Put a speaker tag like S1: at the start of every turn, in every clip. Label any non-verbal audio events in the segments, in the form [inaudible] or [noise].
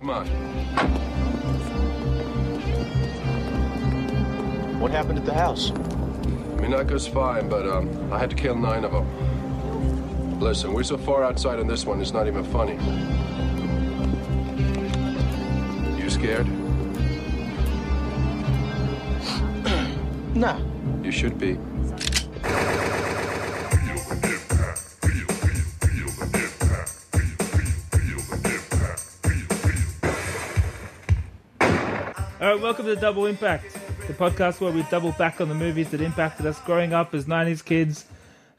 S1: Come on.
S2: What happened at the house?
S1: Minako's fine, but um, I had to kill nine of them. Listen, we're so far outside on this one, it's not even funny. You scared?
S2: Nah.
S1: You should be.
S3: All right, welcome to Double Impact, the podcast where we double back on the movies that impacted us growing up as 90s kids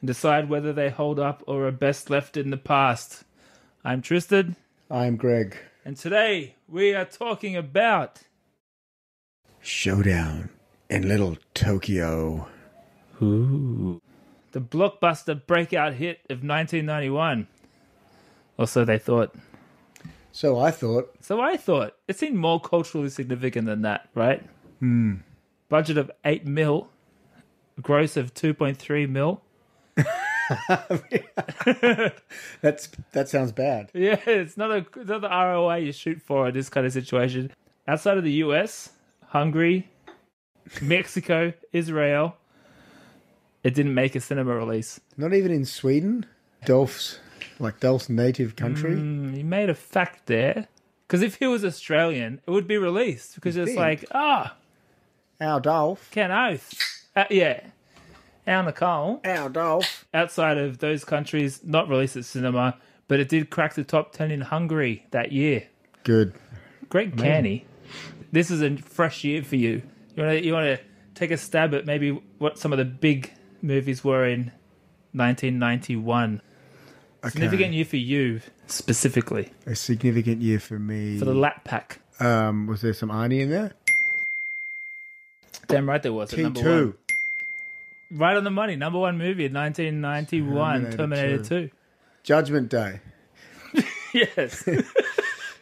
S3: and decide whether they hold up or are best left in the past. I'm Tristan,
S4: I'm Greg.
S3: and today we are talking about
S4: Showdown in Little Tokyo.
S3: the blockbuster breakout hit of 1991. Or so they thought.
S4: So I thought,
S3: So I thought. It seemed more culturally significant than that, right? Budget of 8 mil, gross of 2.3 mil. [laughs]
S4: that's that sounds bad.
S3: Yeah, it's not a it's not the ROI you shoot for in this kind of situation. Outside of the US, Hungary, Mexico, Israel, it didn't make a cinema release.
S4: Not even in Sweden, Dolph's like Dolph's native country.
S3: Hmm, He made a fact there. Because if he was Australian, it would be released. Because it's
S4: think?
S3: like, ah,
S4: Our Dolph.
S3: Ken Oath. Uh, yeah. Al Nicole.
S4: Our Dolph.
S3: Outside of those countries, not released at cinema, but it did crack the top 10 in Hungary that year.
S4: Good.
S3: Great canny. This is a fresh year for you. You want to you want to take a stab at maybe what some of the big movies were in 1991. Significant year for you specifically
S4: A significant year for me.
S3: for the Lat Pack.
S4: um, was there some Arnie in there?
S3: Damn right there was at
S4: T
S3: number
S4: two.
S3: one. Right on the money. Number one movie in 1991, Terminator,
S4: Terminator Judgment Day.
S3: 2. [laughs] Yes.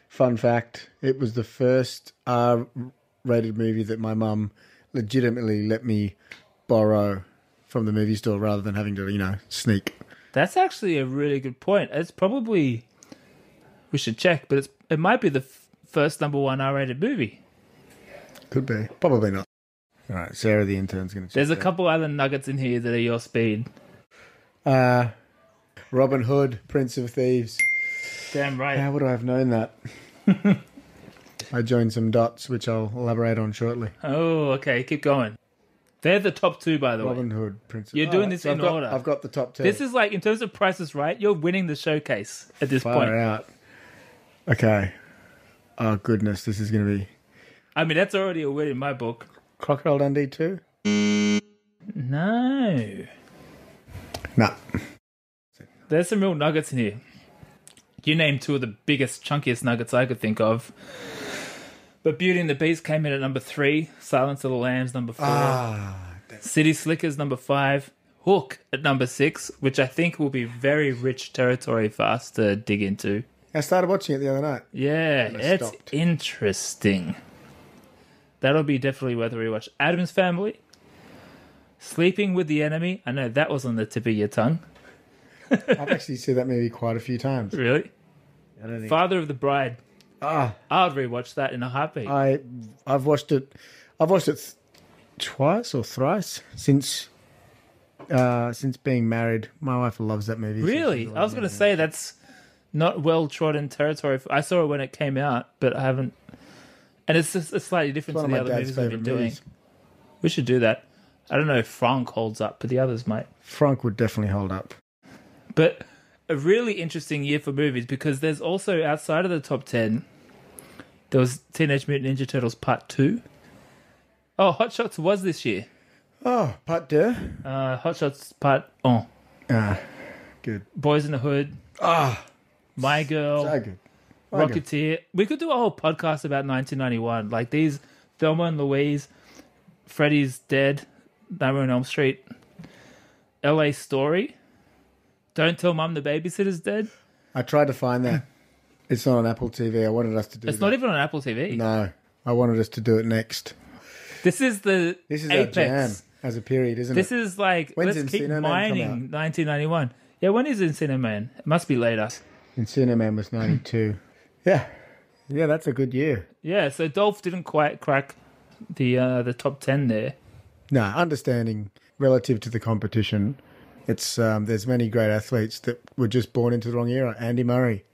S4: Fun fact: It was the first R-rated movie that my mum legitimately let me borrow from the movie store, rather than having to, you know, sneak.
S3: That's actually a really good point. It's probably we should check, but it's it might be the f- first number one R-rated movie.
S4: Could be. Probably not. All right, Sarah the intern's going to
S3: There's a couple other nuggets in here that are your speed.
S4: Uh, Robin Hood, Prince of Thieves.
S3: Damn right.
S4: How would I have
S3: [laughs]
S4: known that? I joined some dots, which I'll elaborate on shortly.
S3: Oh, okay. Keep going. They're the top two, by the way.
S4: Robin Hood, Prince of
S3: Oh, You're doing this
S4: I've
S3: in
S4: got-
S3: order.
S4: I've got the top two.
S3: This is like in terms of prices, right? You're winning the showcase at this
S4: far
S3: point.
S4: out. Okay. Oh, goodness. This is going to be
S3: I mean, that's already a win in my book.
S4: Crocodile Dundee 2?
S3: No,
S4: Nah.
S3: there's some real nuggets in here. You named two of the biggest, chunkiest nuggets I could think of. But Beauty and the Beast came in at number three. Silence of the Lambs number four.
S4: Ah,
S3: City Slickers number five, Hook at number six, which I think will be very rich territory for us to dig into.
S4: I started watching it the other night.
S3: Yeah,
S4: I
S3: it's
S4: stopped.
S3: interesting. That'll be definitely worth a rewatch. Adam's Family, Sleeping with the Enemy. I know that was on the tip of your tongue.
S4: I've actually seen that movie quite a few times.
S3: Really?
S4: I don't think.
S3: Father of the Bride.
S4: Ah,
S3: I'd rewatch that in a heartbeat.
S4: I I've watched it I've watched it th- twice or thrice since uh since being married. My wife loves that movie.
S3: really? I was going to say that's not well trodden territory. for- I saw it when it came out, but I haven't. And it's just it's slightly different
S4: It's
S3: to
S4: one
S3: the
S4: of my
S3: other
S4: dad's
S3: movies we've been
S4: favorite
S3: doing.
S4: movies.
S3: We should do that. I don't know if Frank holds up, but the others might.
S4: Frank would definitely hold up.
S3: But a really interesting year for movies because there's also outside of the top 10, there was Teenage Mutant Ninja Turtles Part 2. Oh, Hot Shots was this year.
S4: Oh, Pat Deux.
S3: Uh, Hot Shots Part Oh.
S4: Ah, good.
S3: Boys in the Hood.
S4: Ah,
S3: My Girl.
S4: so good. Okay.
S3: Rocketeer. We could do a whole podcast about 1991. Like these, Thelma and Louise, Freddy's Dead, Nightmare on Elm Street, L.A. Story. Don't tell Mum the babysitter's dead.
S4: I tried to find [laughs] that. It's not on Apple TV. I wanted us to do
S3: It's
S4: that.
S3: not even on Apple TV.
S4: No. I wanted us to do it next.
S3: This is the
S4: This is
S3: apex.
S4: our jam as a period, isn't
S3: This
S4: it?
S3: is like
S4: When's
S3: let's keep
S4: Encino Man come
S3: mining
S4: out?
S3: 1991. Yeah, when is Encino Man? It must be later.
S4: And Cinnamon was 92. yeah. Yeah, that's a good year.
S3: Yeah, so Dolph didn't quite crack the uh, the top ten there.
S4: No, understanding relative to the competition, it's um, there's many great athletes that were just born into the wrong era. Andy Murray,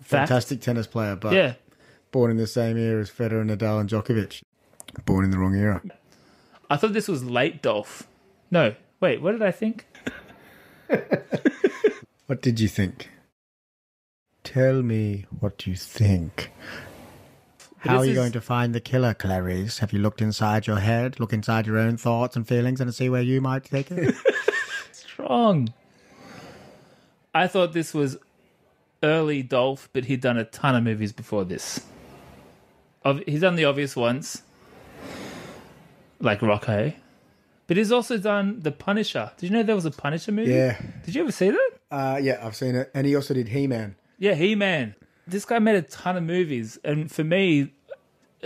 S3: Fact.
S4: fantastic tennis player, but
S3: Yeah,
S4: born in the same era as Federer, Nadal, and Djokovic. Born in the wrong era.
S3: I thought this was late Dolph. No, wait, what did I think?
S4: What did you think? Tell me what you think. How
S3: this
S4: are you
S3: is-
S4: going to find the killer, Clarice? Have you looked inside your head, look inside your own thoughts and feelings, and see where you might
S3: [laughs]
S4: take it?
S3: Strong. I thought this was early Dolph, but he'd done a ton of movies before this. Of he's done the obvious ones, like Rocco, but he's also done The Punisher. Did you know there was a Punisher movie?
S4: yeah,
S3: Did you ever see that?
S4: uh, yeah, I've seen it. And he also did He Man.
S3: Yeah, He Man. This guy made a ton of movies, and for me,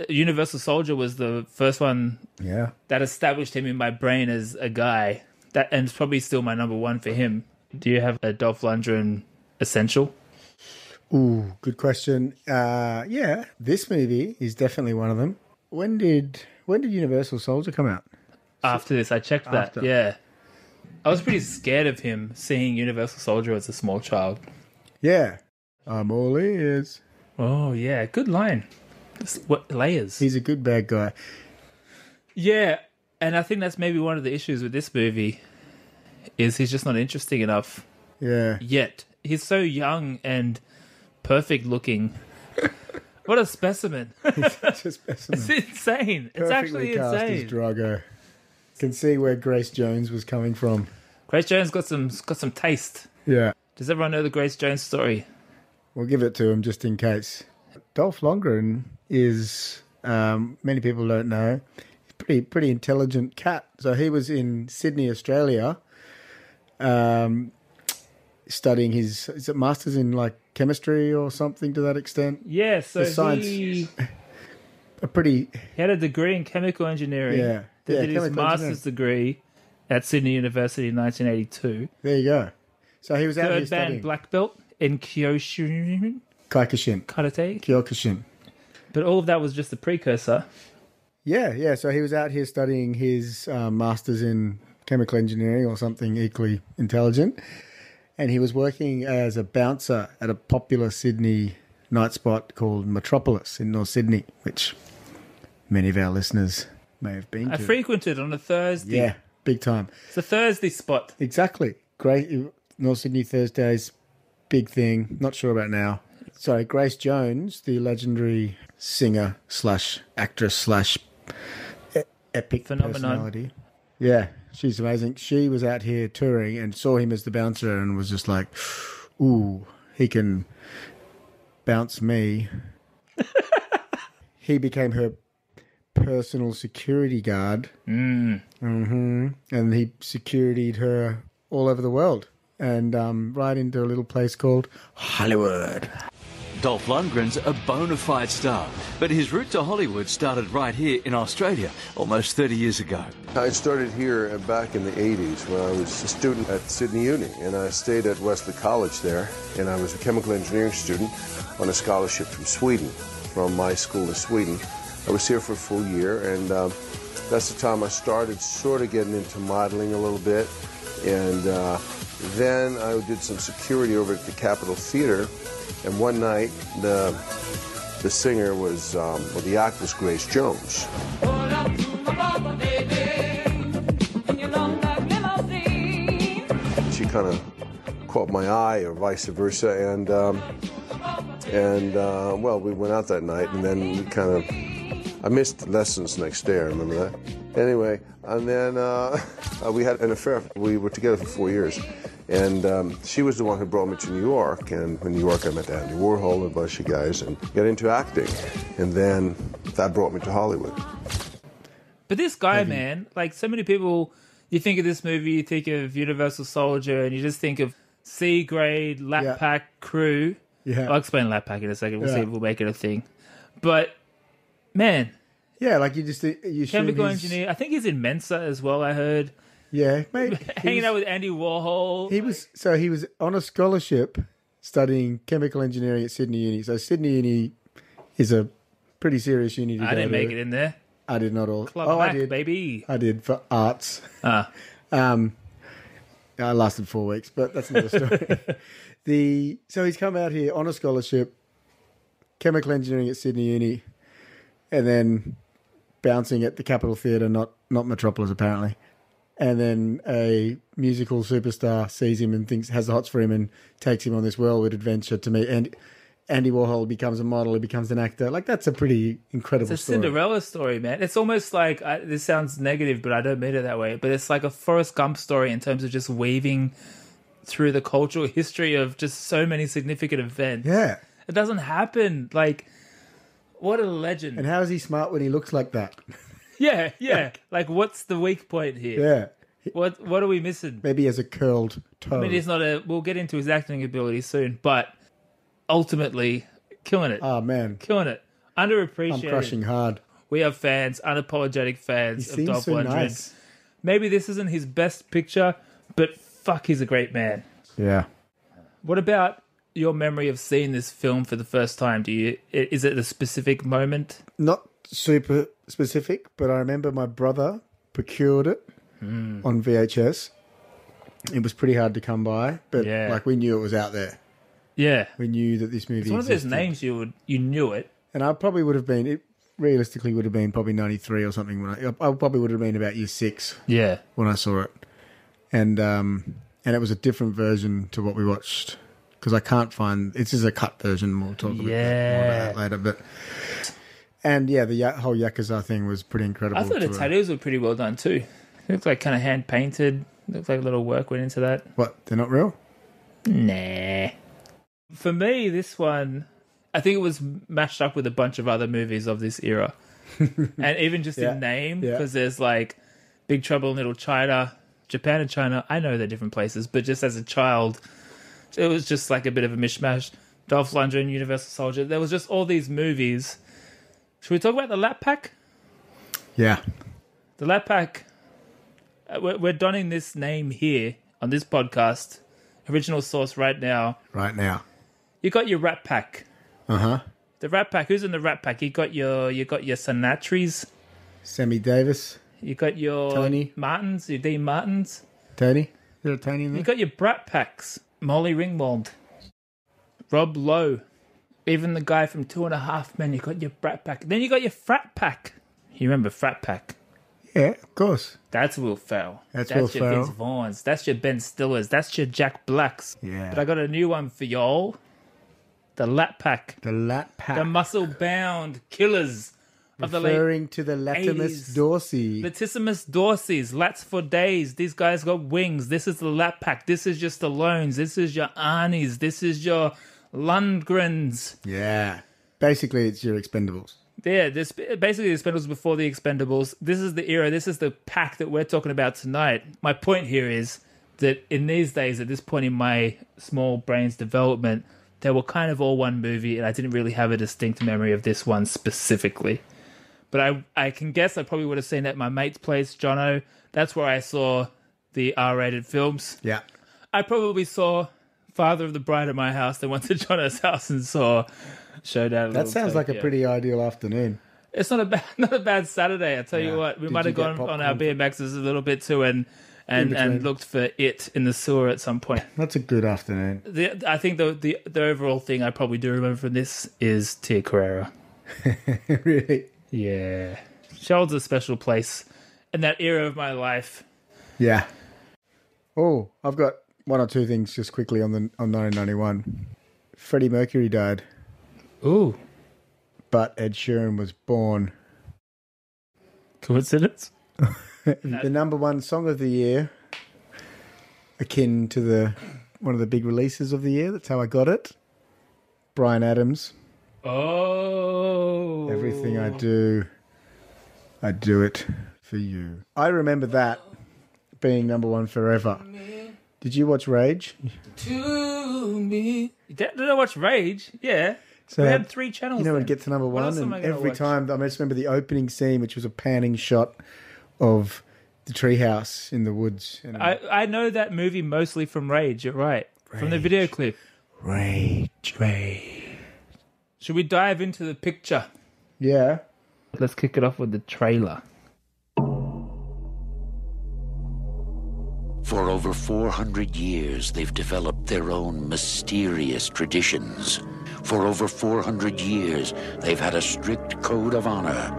S3: Universal Soldier was the first one
S4: Yeah,
S3: that established him in my brain as a guy. That and it's probably still my number one for him. Do you have a Dolph Lundgren essential?
S4: Ooh, good question. Uh, yeah, this movie is definitely one of them. When did when did Universal Soldier come out?
S3: After this, I checked that.
S4: After.
S3: Yeah, I was pretty scared of him seeing Universal Soldier as a small child.
S4: Yeah, I'm all ears.
S3: Oh yeah, good line. Just What layers?
S4: He's a good bad guy.
S3: Yeah, and I think that's maybe one of the issues with this movie is he's just not interesting enough
S4: Yeah, [laughs]
S3: yet. He's so young and perfect looking. what a specimen! [laughs]
S4: just
S3: It's insane. It's actually insane.
S4: as Drago. Can see where Grace Jones was coming from.
S3: Grace Jones got some got some taste.
S4: Yeah,
S3: Does everyone know the Grace Jones story?
S4: we'll give it to him just in case. Dolph Lundgren is um, many people don't know. He's a pretty pretty intelligent cat. So he was in Sydney, Australia, um, studying his is it masters in like chemistry or something to that extent.
S3: Yeah, so
S4: The science-
S3: he, he
S4: A pretty
S3: had a degree in chemical engineering.
S4: Yeah.
S3: Then
S4: Yeah,
S3: did his
S4: chemical
S3: master's degree at Sydney University in 1982.
S4: there you go. So he was out
S3: Third
S4: here
S3: band
S4: studying
S3: black belt in Kyoshin
S4: Kaikishin,
S3: karate.
S4: Kyokushin.
S3: But all of that was just the precursor.
S4: Yeah, yeah. So he was out here studying his um, master's in chemical engineering or something equally intelligent, and he was working as a bouncer at a popular Sydney night spot called Metropolis in North Sydney, which many of our listeners may have been
S3: I
S4: to.
S3: frequented on a Thursday.
S4: yeah, big time.
S3: It's a Thursday spot.
S4: Exactly. Great. North Sydney Thursdays, big thing. Not sure about now. So Grace Jones, the legendary singer slash actress slash e- epic
S3: Phenomenon.
S4: personality. Yeah, she's amazing. She was out here touring and saw him as the bouncer and was just like, "Ooh, he can bounce me." he became her personal security guard and he securityed her all over the world and um, right into a little place called Hollywood.
S2: Dolph Lundgren's a bona fide star, but his route to Hollywood started right here in Australia almost 30 years ago.
S5: I started here back in the 80s when I was a student at Sydney Uni, and I stayed at Wesley College there, and I was a chemical engineering student on a scholarship from Sweden, from my school to Sweden. I was here for a full year, and um, that's the time I started sort of getting into modeling a little bit, and uh, then I did some security over at the Capitol Theater, and one night the the singer was, um, well, the act was Grace Jones. she kind of caught my eye or vice versa and um, and uh, well we went out that night and then we kind of i missed lessons next day i remember that anyway and then uh, [laughs] uh, we had an affair we were together for four years and um, she was the one who brought me to new york and in new york i met andy warhol and a bunch of guys and got into acting and then that brought me to hollywood
S3: But this guy, man, like so many people, you think of this movie, you think of Universal Soldier, and you just think of C grade lap
S4: Yeah.
S3: pack crew.
S4: Yeah.
S3: I'll explain lap pack in a second. We'll see
S4: Yeah.
S3: if we'll make it a thing. But man,
S4: Yeah, like you just you assume
S3: chemical
S4: he's-
S3: engineer. I think he's in Mensa as well. I heard
S4: Yeah,
S3: [laughs]
S4: mate.
S3: hanging
S4: he was,
S3: out with Andy Warhol.
S4: he was so he was on a scholarship studying chemical engineering at Sydney Uni. So Sydney Uni is a pretty serious uni to
S3: I
S4: go
S3: didn't
S4: to.
S3: make it in there.
S4: I did not all.
S3: Club
S4: oh,
S3: back,
S4: I did. Uh,
S3: baby.
S4: I did for arts.
S3: Ah.
S4: Um, I lasted four weeks, but that's another story. the so he's come out here on a scholarship, chemical engineering at Sydney Uni, and then bouncing at the Capitol Theatre, not not Metropolis apparently. And then a musical superstar sees him and thinks has the hots for him and takes him on this whirlwind adventure to meet and Andy Warhol becomes a model, he becomes an actor. Like that's a pretty incredible
S3: It's a
S4: story.
S3: Cinderella story, man. It's almost like I, this sounds negative, but I don't mean it that way. But it's like a Forrest Gump story in terms of just weaving through the cultural [laughs] history of just so many significant events.
S4: Yeah.
S3: It doesn't happen. Like, what a legend.
S4: And how is he smart when he looks like that?
S3: [laughs] yeah, yeah. Like, what's the weak point here?
S4: Yeah.
S3: What What are we missing?
S4: Maybe he has a curled toe.
S3: I mean, he's not a. We'll get into his acting ability soon, but ultimately, killing it,
S4: Oh man,
S3: killing it.
S4: I'm
S3: Underappreciated.
S4: crushing hard.
S3: We are fans, unapologetic
S4: He
S3: fans of
S4: seems
S3: Dolph
S4: so
S3: Lundgren.
S4: nice.
S3: Maybe this isn't his best picture, but fuck, he's a great man.
S4: Yeah.
S3: What about your memory of seeing this film for the first time? Do you i- is it a specific moment?
S4: Not super specific, but I remember my brother procured it
S3: Hmm.
S4: on VHS. It was pretty hard to come by, but
S3: Yeah.
S4: like we knew it was out there.
S3: Yeah,
S4: We knew that this movie.
S3: it's one of those
S4: existed.
S3: names you would you knew it.
S4: And I probably would have been. It realistically would have been probably '93 or something. When I, I probably would have been about year six
S3: Yeah,
S4: when I saw it, and um, and it was a different version to what we watched because I can't find. This is a cut version. We'll talk a bit more
S3: Yeah.
S4: about that later, but. And yeah, the ya- whole Yakuza thing was pretty incredible.
S3: I thought the
S4: to, uh,
S3: tattoos were pretty well done too. They looked like kind of hand painted. Looked like a little work went into that.
S4: What? They're not real?
S3: Nah. For me, this one, I think it was mashed up with a bunch of other movies of this
S4: [laughs]
S3: era, and even just
S4: Yeah.
S3: in name,
S4: Yeah.
S3: because there's like Big Trouble in Little China, Japan and China. I know they're different places, but just as a child, it was just like a bit of a mishmash. Dolph Lundgren, Universal Soldier. There was just all these movies. Should we talk about the Lap Pack?
S4: Yeah.
S3: The Lap Pack, uh, we're, we're donning this name here on this podcast, original source right now.
S4: Right now.
S3: You got your Rat Pack.
S4: Uh huh.
S3: The Rat Pack. Who's in the Rat Pack? You got your you got your Sinatris.
S4: Sammy Davis.
S3: You got your
S4: Tony.
S3: Martins. Your Dean Martins.
S4: Tony. Is there a Tony in there?
S3: You got your Brat Packs. Molly Ringwald. Rob Lowe. Even the guy from Two and a Half Men. You got your Brat Pack. Then you got your Frat Pack. You remember Frat Pack?
S4: yeah, of course.
S3: That's Will Ferrell.
S4: That's Will
S3: That's your
S4: Ferrell.
S3: Vince Vaughns. That's your Ben Stillers. That's your Jack Blacks.
S4: Yeah.
S3: But I got a new one for y'all. The Lat Pack.
S4: The Lat Pack.
S3: The muscle bound killers of the late
S4: Referring to the Latimus
S3: 80s.
S4: Dorsey.
S3: Latissimus dorsis, lats for days. These guys got wings. This is the lap pack. This is your Stallones. This is your Arnies. This is your Lundgrens.
S4: yeah. Basically, it's your expendables.
S3: Yeah, this basically the Expendables before the Expendables. This is the era. This is the pack that we're talking about tonight. My point here is that in these days, at this point in my small brain's development, they were kind of all one movie, and I didn't really have a distinct memory of this one specifically. But I, I can guess I probably would have seen that at my mate's place, Jono. That's where I saw the R-rated films.
S4: Yeah.
S3: I probably saw Father of the Bride at my house, then went to [laughs] Jono's house and saw Showdown. at
S4: That
S3: Little
S4: sounds like a
S3: Tokyo.
S4: pretty ideal afternoon.
S3: It's not a bad, [laughs] not a bad Saturday. I tell
S4: Yeah.
S3: you what, we
S4: Did
S3: might
S4: you
S3: have
S4: get
S3: gone on our
S4: popcorn?
S3: BMXs a little bit too, and and,
S4: between.
S3: and looked for it in the sewer at some
S4: [laughs]
S3: point.
S4: That's a good afternoon.
S3: The, I think the, the the overall thing I probably do remember from this is Tia Carrera.
S4: [laughs] really?
S3: Yeah, she holds a special place in that era of my life.
S4: Yeah. Oh, I've got one or two things just quickly on the on 1991. Freddie Mercury died,
S3: Ooh,
S4: but Ed Sheeran was born.
S3: coincidence?
S4: The number one song of the year, akin to the one of the big releases of the year. That's how I got it. Brian Adams.
S3: Oh,
S4: Everything I do, I do it for you. I remember that being number one forever. Did you watch Rage?
S3: to me. Did, did I watch Rage? Yeah,
S4: So
S3: we had three channels.
S4: You know,
S3: then.
S4: it gets to number
S3: What
S4: one,
S3: else am
S4: and
S3: I gonna
S4: every
S3: watch?
S4: time I just remember the opening scene, which was a panning shot of the treehouse in the woods. And
S3: I, I know that movie mostly from Rage, you're right. From the video clip.
S4: rage, rage.
S3: Should we dive into the picture?
S4: Yeah.
S3: Let's kick it off with the trailer.
S6: For over 400 years, they've developed their own mysterious traditions. For over 400 years, they've had a strict code of honor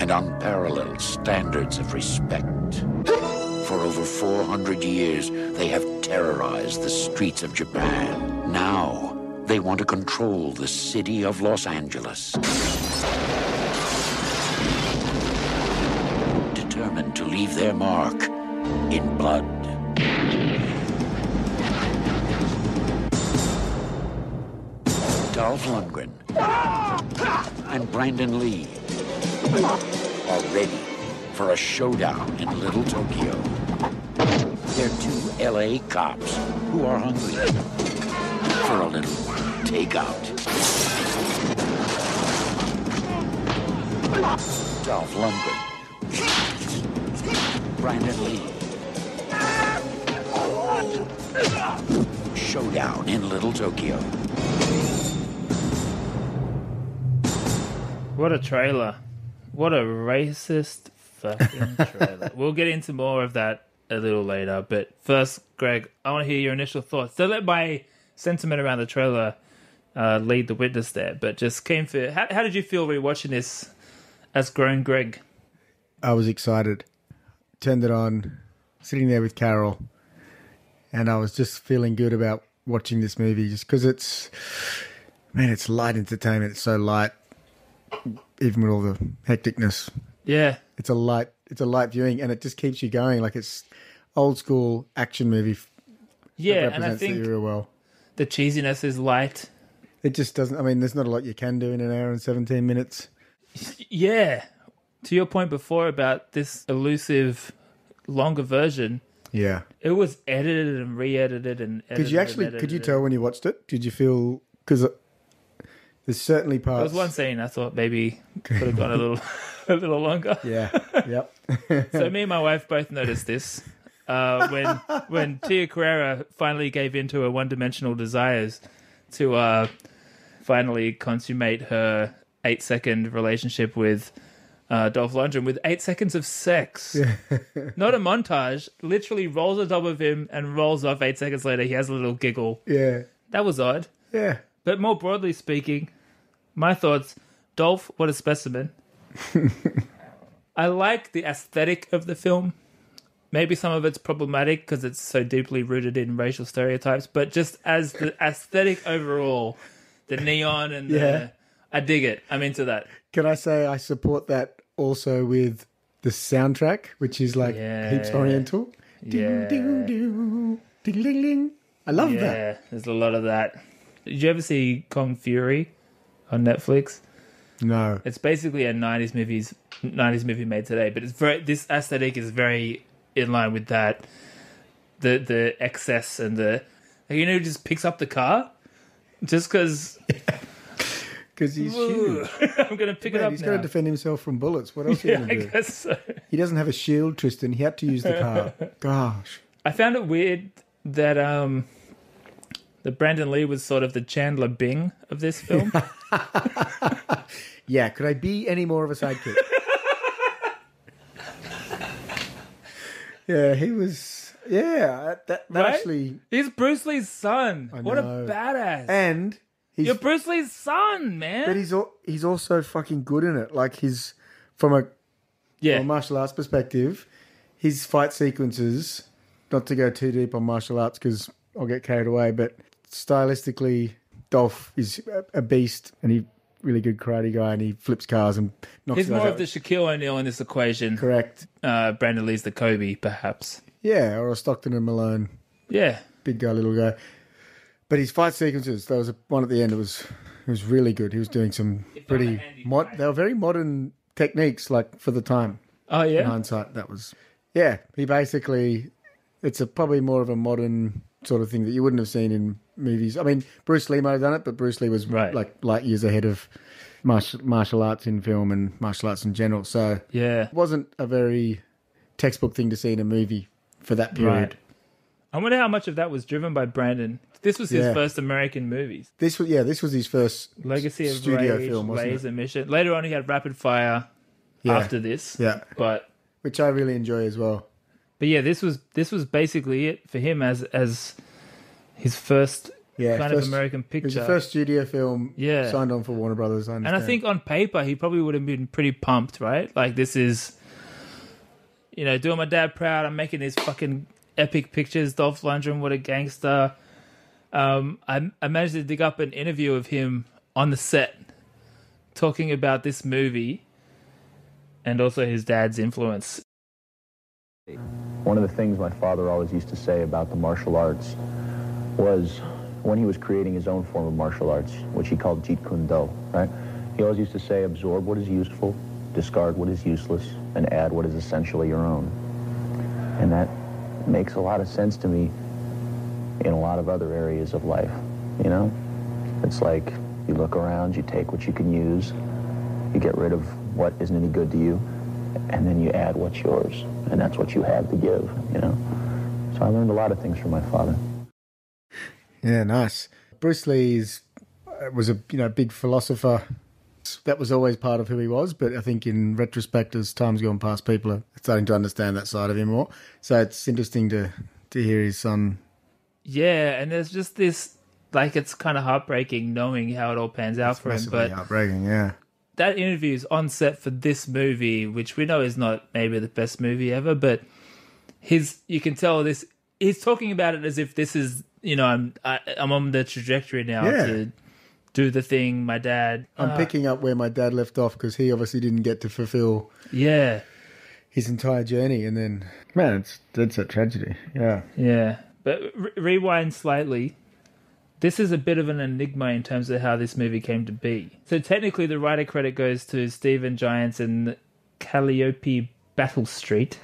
S6: and unparalleled standards of respect. For over 400 years, they have terrorized the streets of Japan. Now, they want to control the city of Los Angeles. Determined to leave their mark in blood. Dolph Lundgren and Brandon Lee are ready for a showdown in Little Tokyo. They're two LA cops who are hungry for a little takeout. Dolph Lundgren, Brandon Lee. Showdown in Little Tokyo.
S3: What a trailer. What a racist [laughs] fucking trailer. we'll get into more of that a little later, but first, Greg, I want to hear your initial thoughts. Don't let my sentiment around the trailer uh, lead the witness there, but just came for. How, how did you feel rewatching this as grown Greg?
S4: I was excited. Turned it on, sitting there with Carol, and I was just feeling good about watching this movie just because it's, man, it's light entertainment. It's so light, even with all the hecticness.
S3: Yeah,
S4: It's a light, it's a light viewing, and it just keeps you going. Like it's old school action movie f-
S3: yeah, and I
S4: represents the
S3: think
S4: era well.
S3: the cheesiness is light.
S4: It just doesn't. I mean, there's not a lot you can do in an hour and 17 minutes.
S3: Yeah, to your point before about this elusive longer version,
S4: Yeah.
S3: it was edited and re-edited and. Edited
S4: Could you
S3: and
S4: actually? Could you
S3: edited.
S4: tell when you watched it? Did you feel? Because there's certainly
S3: There
S4: parts.
S3: was one scene I thought maybe could have gone a little, [laughs] a little
S4: [laughs]
S3: longer.
S4: Yeah.
S3: [laughs]
S4: yep.
S3: So me and my wife both noticed this uh,
S4: [laughs]
S3: when when Tia Carrera finally gave in to her one-dimensional desires to uh, finally consummate her eight-second relationship with uh, Dolph Lundgren with eight seconds of
S4: [laughs]
S3: sex, not a montage. Literally rolls on top of him and rolls off. Eight seconds later, he has a little giggle.
S4: Yeah.
S3: That was odd.
S4: Yeah.
S3: But more broadly speaking, my thoughts Dolph, what a specimen. I like the aesthetic of the film. Maybe some of it's problematic because it's so deeply rooted in racial stereotypes, but just as the aesthetic overall, the neon and
S4: Yeah.
S3: the. I dig it. I'm into that.
S4: Can I say I support that also with the soundtrack, which is like heaps
S3: Yeah.
S4: oriental.
S3: Yeah.
S4: Ding, ding, ding, ding, ding. I love that.
S3: Yeah, there's a lot of that. Did you ever see Kong Fury on Netflix?
S4: No.
S3: It's basically a '90s movies '90s movie made today, but it's very this aesthetic is very in line with that. The the excess and the like, you know who just picks up the car just because
S4: Because he's huge.
S3: [laughs] I'm gonna pick it
S4: Man,
S3: up
S4: he's
S3: now.
S4: got to defend himself from bullets. What else are you
S3: yeah, I
S4: going to do?
S3: guess so.
S4: He doesn't have a shield, Tristan. He had to use the car. Gosh.
S3: I found it weird that um that Brandon Lee was sort of the Chandler Bing of
S4: [laughs]
S3: this film.
S4: Yeah. Could I be any more of a sidekick? yeah. He was. Yeah. That, that
S3: Right?
S4: actually.
S3: He's Bruce Lee's son. What a
S4: know.
S3: badass!
S4: And he's
S3: You're Bruce Lee's son, man.
S4: But he's al- he's also fucking good in it. Like his from a
S3: yeah,
S4: from a martial arts perspective, his fight sequences. Not to go too deep on martial arts because I'll get carried away. But stylistically, Dolph is a- a beast, and he really good karate guy, and he flips cars and knocks.
S3: he's
S4: guys
S3: more
S4: out.
S3: of the Shaquille O'Neal in this equation.
S4: correct.
S3: uh, Brandon Lee's the Kobe, perhaps.
S4: Yeah, or a Stockton and Malone,
S3: Yeah,
S4: big guy, little guy. But his fight sequences, there was a, one at the end. It was it was really good. He was doing some pretty mod. They were very modern techniques, like for the time.
S3: Oh yeah.
S4: in hindsight, that was. Yeah, he basically, it's a probably more of a modern sort of thing that you wouldn't have seen in movies. I mean, Bruce Lee might have done it, but Bruce Lee was
S3: Right.
S4: like light years ahead of martial, martial arts in film and martial arts in general. So
S3: Yeah.
S4: it wasn't a very textbook thing to see in a movie for that period.
S3: Right. I wonder how much of that was driven by Brandon. This was his
S4: Yeah.
S3: first American movies.
S4: This was yeah, this was his first
S3: Legacy of
S4: studio
S3: Rage,
S4: film, wasn't
S3: Laser
S4: it?
S3: Mission. Later on, he had Rapid Fire.
S4: Yeah.
S3: After this,
S4: Yeah.
S3: But
S4: Which I really enjoy as well.
S3: but yeah, this was this was basically it for him as as his first
S4: Yeah,
S3: kind
S4: first-
S3: of American
S4: It
S3: picture.
S4: was the first studio film
S3: Yeah.
S4: signed on for Warner Brothers. I
S3: And I
S4: understand.
S3: think on paper he probably would have been pretty pumped, right? Like this is, you know, doing my dad proud. I'm making these fucking epic pictures. Dolph Lundgren, what a gangster! Um, I, I managed to dig up an interview of him on the set talking about this movie and also his dad's influence.
S7: One of the things my father always used to say about the martial arts was when he was creating his own form of martial arts, which he called Jeet Kune Do, right? He always used to say, absorb what is useful, discard what is useless, and add what is essentially your own. And that makes a lot of sense to me in a lot of other areas of life, you know? It's like you look around, you take what you can use, you get rid of what isn't any good to you, and then you add what's yours, and that's what you have to give, you know? So I learned a lot of things from my father.
S4: Yeah, nice. Bruce Lee's uh, was a you know big philosopher. That was always part of who he was, but I think in retrospect, as time's gone past, people are starting to understand that side of him more. So it's interesting to to hear his son.
S3: Yeah, and there's just this, like, it's kind of heartbreaking knowing how it all pans out for him.
S4: Massively
S3: But
S4: heartbreaking, yeah.
S3: that interview is on set for this movie, which we know is not maybe the best movie ever, but his you can tell this he's talking about it as if this is you know I'm I, I'm on the trajectory now
S4: Yeah.
S3: to do the thing my dad
S4: I'm picking up where my dad left off because he obviously didn't get to fulfill
S3: yeah
S4: his entire journey, and then man, it's that's a tragedy. Yeah,
S3: yeah but re- rewind slightly this is a bit of an enigma in terms of how this movie came to be so technically the writer credit goes to Stephen Giants and Calliope Battle Street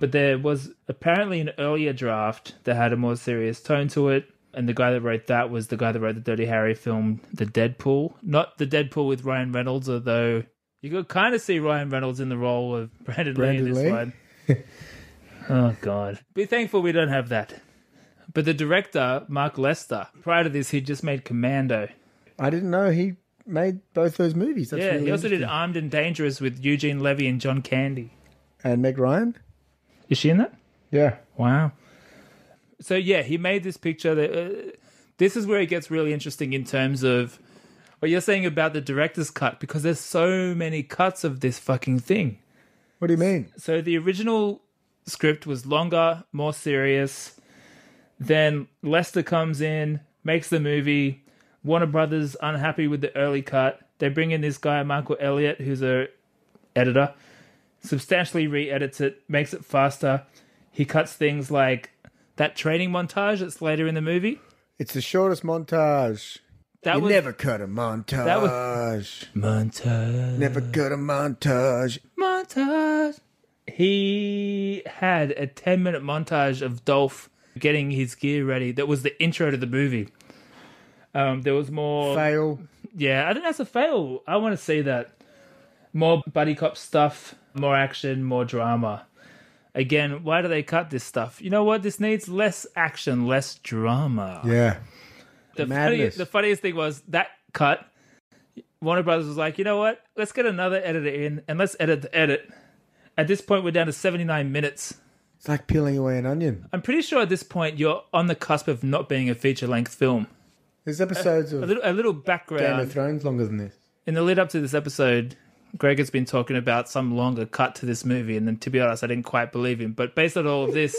S3: but there was apparently an earlier draft that had a more serious tone to it. And the guy that wrote that was the guy that wrote the Dirty Harry film, The Deadpool. Not The Deadpool with Ryan Reynolds, although you could kind of see Ryan Reynolds in the role of [laughs] Brandon, Lee
S4: Brandon
S3: in this
S4: Lee?
S3: one. oh, God. Be thankful we don't have that. But the director, Mark Lester, prior to this, he just made Commando.
S4: I didn't know he made both those movies. That's
S3: yeah,
S4: really
S3: he also did
S4: interesting.
S3: Armed and Dangerous with Eugene Levy and John Candy.
S4: and Meg Ryan.
S3: Is she in that?
S4: Yeah,
S3: Wow. So yeah, he made this picture. That, uh, this is where it gets really interesting in terms of what you're saying about the director's cut because there's so many cuts of this fucking thing.
S4: what do you mean?
S3: So the original script was longer, more serious. Then Lester comes in, makes the movie. Warner Brothers unhappy with the early cut. They bring in this guy Michael Elliott, who's a editor, substantially re-edits it, makes it faster. He cuts things like that training montage that's later in the movie.
S4: It's the shortest montage.
S3: That
S4: you
S3: was
S4: never cut a montage.
S3: montage.
S4: Never cut a montage.
S3: montage. He had a 10 minute montage of Dolph getting his gear ready. That was the intro to the movie. Um, there was more.
S4: Fail.
S3: Yeah, I think that's a fail. I want to see that. More buddy cop stuff, more action, more drama. Again, why do they cut this stuff? You know what? This needs less action, less drama.
S4: Yeah.
S3: the,
S4: madness.
S3: funniest, the funniest thing was that cut. Warner Brothers was like, you know what? Let's get another editor in and let's edit the edit. At this point, we're down to 79 minutes.
S4: It's like peeling away an onion.
S3: I'm pretty sure at this point you're on the cusp of not being a feature length film.
S4: There's episodes
S3: A [laughs]
S4: of
S3: little, a little
S4: Game of
S3: background.
S4: Thrones longer than this.
S3: In the lead up to this episode, Greg has been talking about some longer cut to this movie, and then to be honest, I didn't quite believe him. But based on all of this,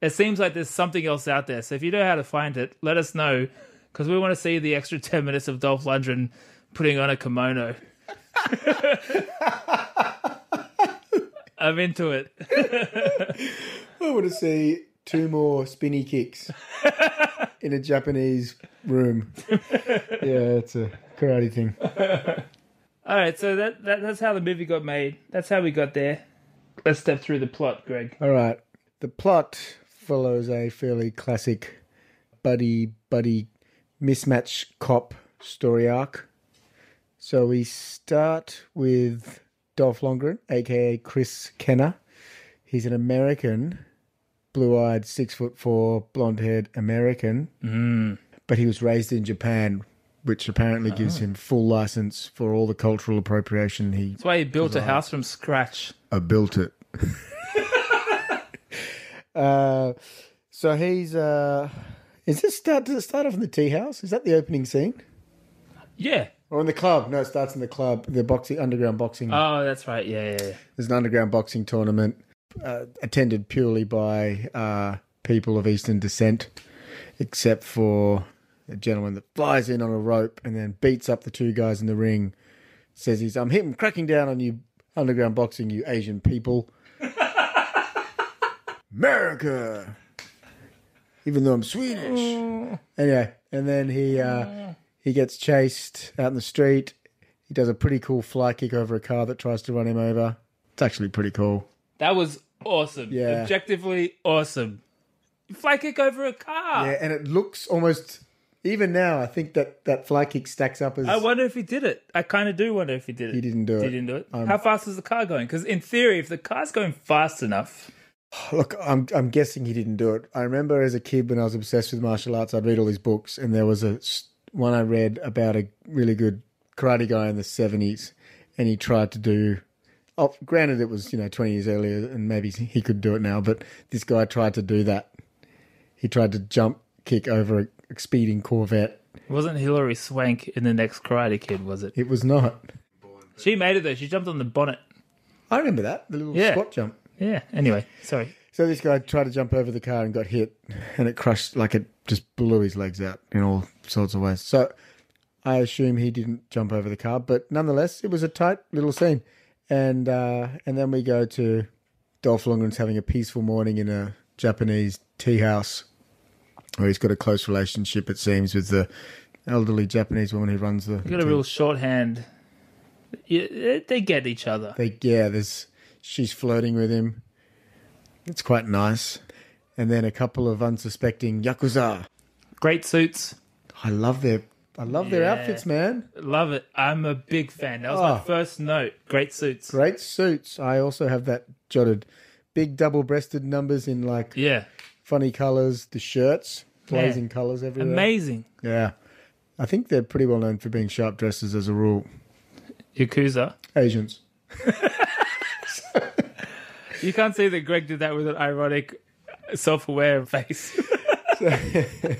S3: it seems like there's something else out there. So if you know how to find it, let us know because we want to see the extra [laughs] 10 minutes of Dolph Lundgren putting on a kimono. [laughs] I'm into it.
S4: I want to see two more spinny kicks in a Japanese room. yeah, it's a karate thing.
S3: All right, so that, that that's how the movie got made. That's how we got there. Let's step through the plot, Greg.
S4: All right. The plot follows a fairly classic buddy buddy mismatch cop story arc. So we start with Dolph Lundgren, aka Chris Kenner. He's an American blue eyed, six foot four, blonde haired American. Mm. But he was raised in Japan, which apparently gives him full license for all the cultural appropriation he
S3: That's why he built a house from scratch.
S4: I built it. [laughs] uh, so he's. Uh, is this start? Does it start off in the tea house? Is that the opening scene?
S3: Yeah.
S4: Or in the club? No, it starts in the club. The boxing underground boxing.
S3: Oh, that's right. Yeah, yeah, yeah.
S4: There's an underground boxing tournament uh, attended purely by uh, people of Eastern descent, except for a gentleman that flies in on a rope and then beats up the two guys in the ring. Says he's, I'm hitting, cracking down on you underground boxing, you Asian people. America! Even though I'm Swedish. Anyway, and then he uh, he gets chased out in the street. He does a pretty cool fly kick over a car that tries to run him over. It's actually pretty cool.
S3: That was awesome.
S4: Yeah.
S3: Objectively awesome. Fly kick over a car.
S4: Yeah, and it looks almost even now. I think that that fly kick stacks up as
S3: I wonder if he did it. I kind of do wonder if he did it.
S4: He didn't do it.
S3: He didn't do it. How fast was the car going? Because in theory, if the car's going fast enough,
S4: look. I'm I'm guessing he didn't do it. I remember as a kid when I was obsessed with martial arts, I'd read all these books, and there was a s- one I read about a really good karate guy in the '70s, and he tried to do. Oh, granted, it was you know 20 years earlier, and maybe he could do it now. But this guy tried to do that. He tried to jump kick over a speeding Corvette.
S3: it wasn't Hillary Swank in the next Karate Kid, was it?
S4: It was not.
S3: She made it though. She jumped on the bonnet.
S4: I remember that the little
S3: Yeah.
S4: squat jump.
S3: Yeah. Anyway, sorry.
S4: So this guy tried to jump over the car and got hit, and it crushed like it just blew his legs out in all sorts of ways. So I assume he didn't jump over the car, but nonetheless, it was a tight little scene. And uh, and then we go to Dolph Lundgren's having a peaceful morning in a Japanese tea house, where he's got a close relationship, it seems, with the elderly Japanese woman who runs the.
S3: You got a real shorthand. Yeah, they get each other.
S4: They yeah, there's she's flirting with him. It's quite nice. And then a couple of unsuspecting yakuza.
S3: Great suits.
S4: I love their I love their
S3: Yeah.
S4: outfits, man.
S3: Love it. I'm a big fan. That was my
S4: Oh.
S3: first note. Great suits.
S4: Great suits. I also have that jotted. Big double-breasted numbers in like
S3: Yeah.
S4: funny colors. The shirts, blazing colors everywhere.
S3: Amazing.
S4: Yeah, I think they're pretty well known for being sharp dressers as a rule.
S3: Yakuza.
S4: Asians.
S3: You can't say that Greg did that with an ironic, self-aware face.
S4: The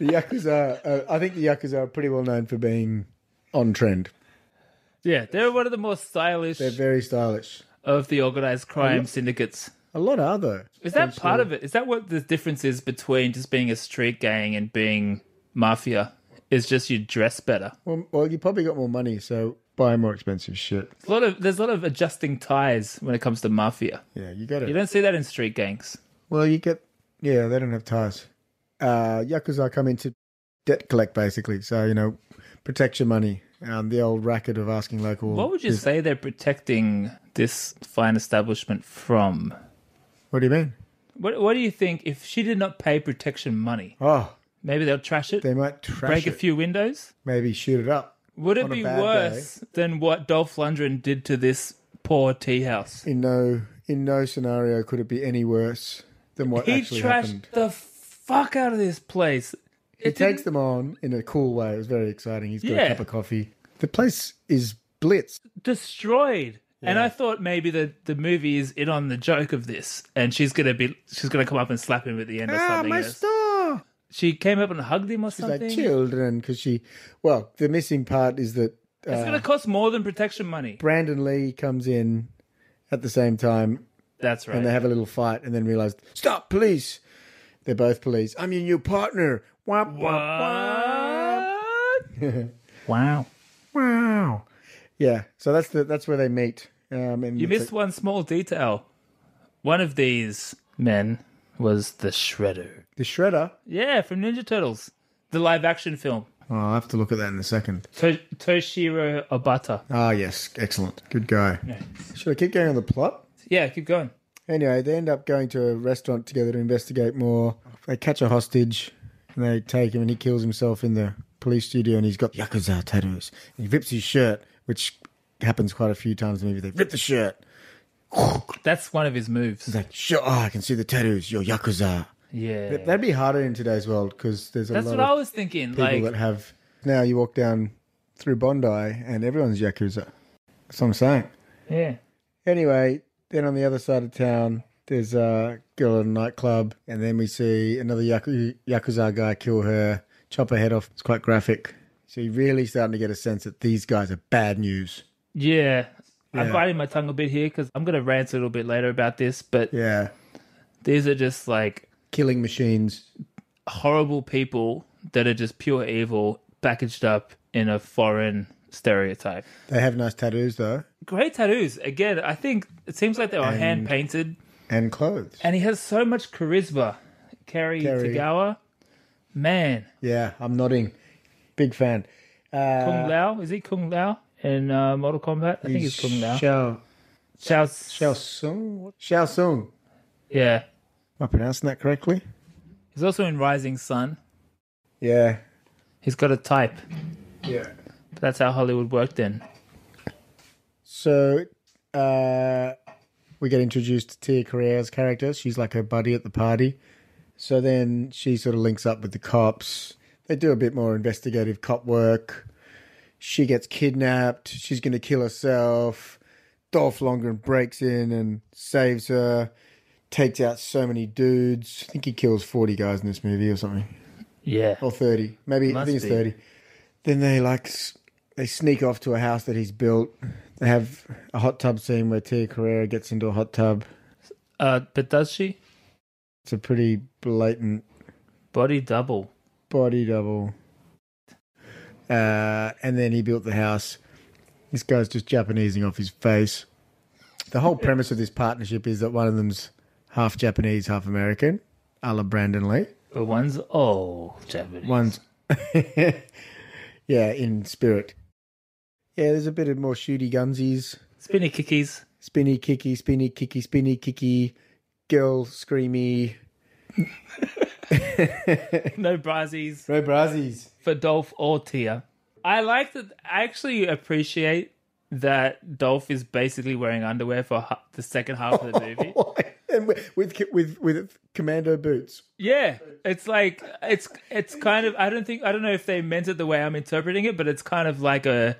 S4: yakuza. Uh, I think the yakuza are pretty well known for being on trend.
S3: [laughs] yeah, they're one of the more stylish
S4: They're very stylish.
S3: of the organized crime syndicates.
S4: A lot are though.
S3: Is that part of it? Is that what the difference is between just being a street gang and being mafia? Is just you dress better.
S4: Well, well, you probably got more money, so buy more expensive shit.
S3: There's a lot of there's a lot of adjusting ties when it comes to mafia.
S4: Yeah, you got
S3: You
S4: it.
S3: don't see that in street gangs.
S4: Well, you get. Yeah, they don't have ties. Uh, Yakuza come in to debt collect, basically. So you know, protect your money. Um, the old racket of asking local.
S3: What would you say they're protecting this fine establishment from?
S4: What do you mean?
S3: What What do you think if she did not pay protection money?
S4: Oh,
S3: Maybe they'll trash it,
S4: they might trash
S3: break
S4: it.
S3: a few windows.
S4: Maybe shoot it up
S3: Would it
S4: On a
S3: be
S4: bad
S3: worse than what Dolph Lundgren did to this poor tea house?
S4: in no in no scenario could it be any worse than what
S3: He
S4: actually
S3: trashed
S4: happened.
S3: the fuck out of this place.
S4: He takes them on in a cool way. It was very exciting. He's got
S3: Yeah.
S4: a cup of coffee. The place is blitzed.
S3: destroyed. And I thought maybe the, the movie is in on the joke of this, and she's gonna be she's gonna come up and slap him at the end or
S4: Ah,
S3: something.
S4: my
S3: It's-
S4: star.
S3: She came up and hugged him or
S4: She's
S3: something.
S4: like children because she. Well, the missing part is that
S3: It's gonna cost more than protection money.
S4: Brandon Lee comes in at the same time
S3: That's right.
S4: and they have a little fight and then realize, stop, police. They're both police. I'm your new partner. Womp, womp,
S3: wow.
S4: womp. Wow. Yeah. So that's the that's where they meet. Um, and
S3: You
S4: it's
S3: missed one small detail. One of these men was the Shredder.
S4: like the shredder.
S3: Yeah, from Ninja Turtles, the live action film.
S4: Oh, I'll have to look at that in a second.
S3: To- Toshiro Obata.
S4: Ah, yes. Excellent. Good guy. Should I keep going on the plot?
S3: Yeah, keep going.
S4: Anyway, they end up going to a restaurant together to investigate more. They catch a hostage and they take him and he kills himself in the police studio and he's got Yakuza tattoos. And he rips his shirt, which happens quite a few times in the movie. They rip the shirt.
S3: That's one of his moves.
S4: Like, sure, oh, I can see the tattoos. You're yakuza.
S3: Yeah.
S4: That'd be harder in today's world because there's a
S3: That's
S4: lot
S3: what
S4: of
S3: I was thinking.
S4: people
S3: Like,
S4: that have. Now you walk down through Bondi and everyone's yakuza. That's what I'm saying.
S3: yeah.
S4: Anyway, then on the other side of town, there's a girl at a nightclub, and then we see another yaku- yakuza guy kill her, chop her head off. It's quite graphic. So you're really starting to get a sense that these guys are bad news.
S3: Yeah. I'm
S4: Yeah.
S3: biting my tongue a bit here because I'm going to rant a little bit later about this, but
S4: Yeah,
S3: these are just like
S4: killing machines.
S3: horrible people that are just pure evil packaged up in a foreign stereotype.
S4: They have nice tattoos though,
S3: Great tattoos. Again, I think it seems like they were hand painted,
S4: and clothes.
S3: and he has so much charisma. Kerry
S4: Kerry.
S3: Tagawa, man.
S4: yeah, I'm nodding. Big fan.
S3: Kung Lao, is he Kung Lao in uh, Mortal Kombat? I think he's Kung Lao.
S4: Xiao
S3: Shao,
S4: Xiao Sung. Xiao Sung.
S3: yeah.
S4: Am I pronouncing that correctly?
S3: He's also in Rising Sun.
S4: Yeah.
S3: He's got a type.
S4: Yeah.
S3: That's how Hollywood worked then.
S4: So uh, we get introduced to Tia Carrere's character. She's like her buddy at the party. So then she sort of links up with the cops. They do a bit more investigative cop work. She gets kidnapped. She's going to kill herself. Dolph Lundgren breaks in and saves her. Takes out so many dudes. I think he kills 40 guys in this movie or something
S3: Yeah.
S4: or 30 maybe i
S3: Must
S4: think it's
S3: be.
S4: 30 then they like s- they sneak off to a house that he's built they have a hot tub scene where tia carrera gets into a hot tub
S3: Uh, but does she?
S4: it's a pretty blatant
S3: Body double.
S4: body double uh, and then he built the house this guy's just japanesing off his face the whole premise of this partnership is that one of them's half japanese half american a la brandon lee
S3: But one's oh Japanese.
S4: ones. [laughs] yeah, in spirit. Yeah, there's a bit of more shooty gunsies,
S3: Spinny kickies. [laughs]
S4: spinny kicky, spinny kicky, spinny kicky, girl screamy.
S3: No brasies
S4: Ray Brazies.
S3: for Dolph or Tia. I like that. I actually appreciate that Dolph is basically wearing underwear for ha- the second half of the movie.
S4: [laughs] and with- with with with commando boots.
S3: Yeah, it's like it's it's kind of I don't think I don't know if they meant it the way I'm interpreting it, but it's kind of like a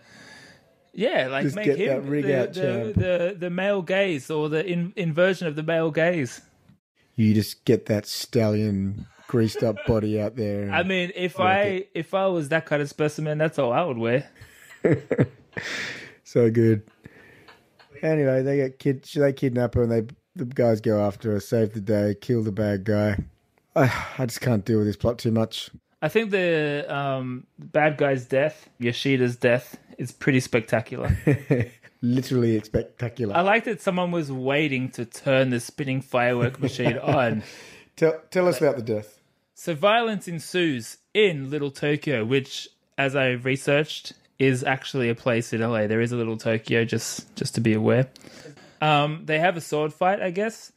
S3: yeah, like
S4: Just
S3: make
S4: get
S3: him
S4: that rig
S3: the,
S4: out,
S3: the,
S4: champ.
S3: the the male gaze or the in, inversion of the male gaze.
S4: You just get that stallion greased up body out there.
S3: I mean, if I if I was that kind of specimen, that's all I would wear.
S4: so good. Anyway, they get kid. They kidnap her, and they the guys go after her, save the day, kill the bad guy. [sighs] I, I just can't deal with this plot too much.
S3: I think the um, bad guy's death, Yoshida's death, is pretty spectacular.
S4: [laughs] Literally, it's spectacular.
S3: I like that someone was waiting to turn the spinning firework
S4: [laughs]
S3: machine on.
S4: tell, tell us about the death.
S3: So violence ensues in Little Tokyo, which, as I researched, is actually a place in LA. There is a Little Tokyo, just just to be aware. Um, they have a sword fight, I
S4: [laughs]
S3: guess.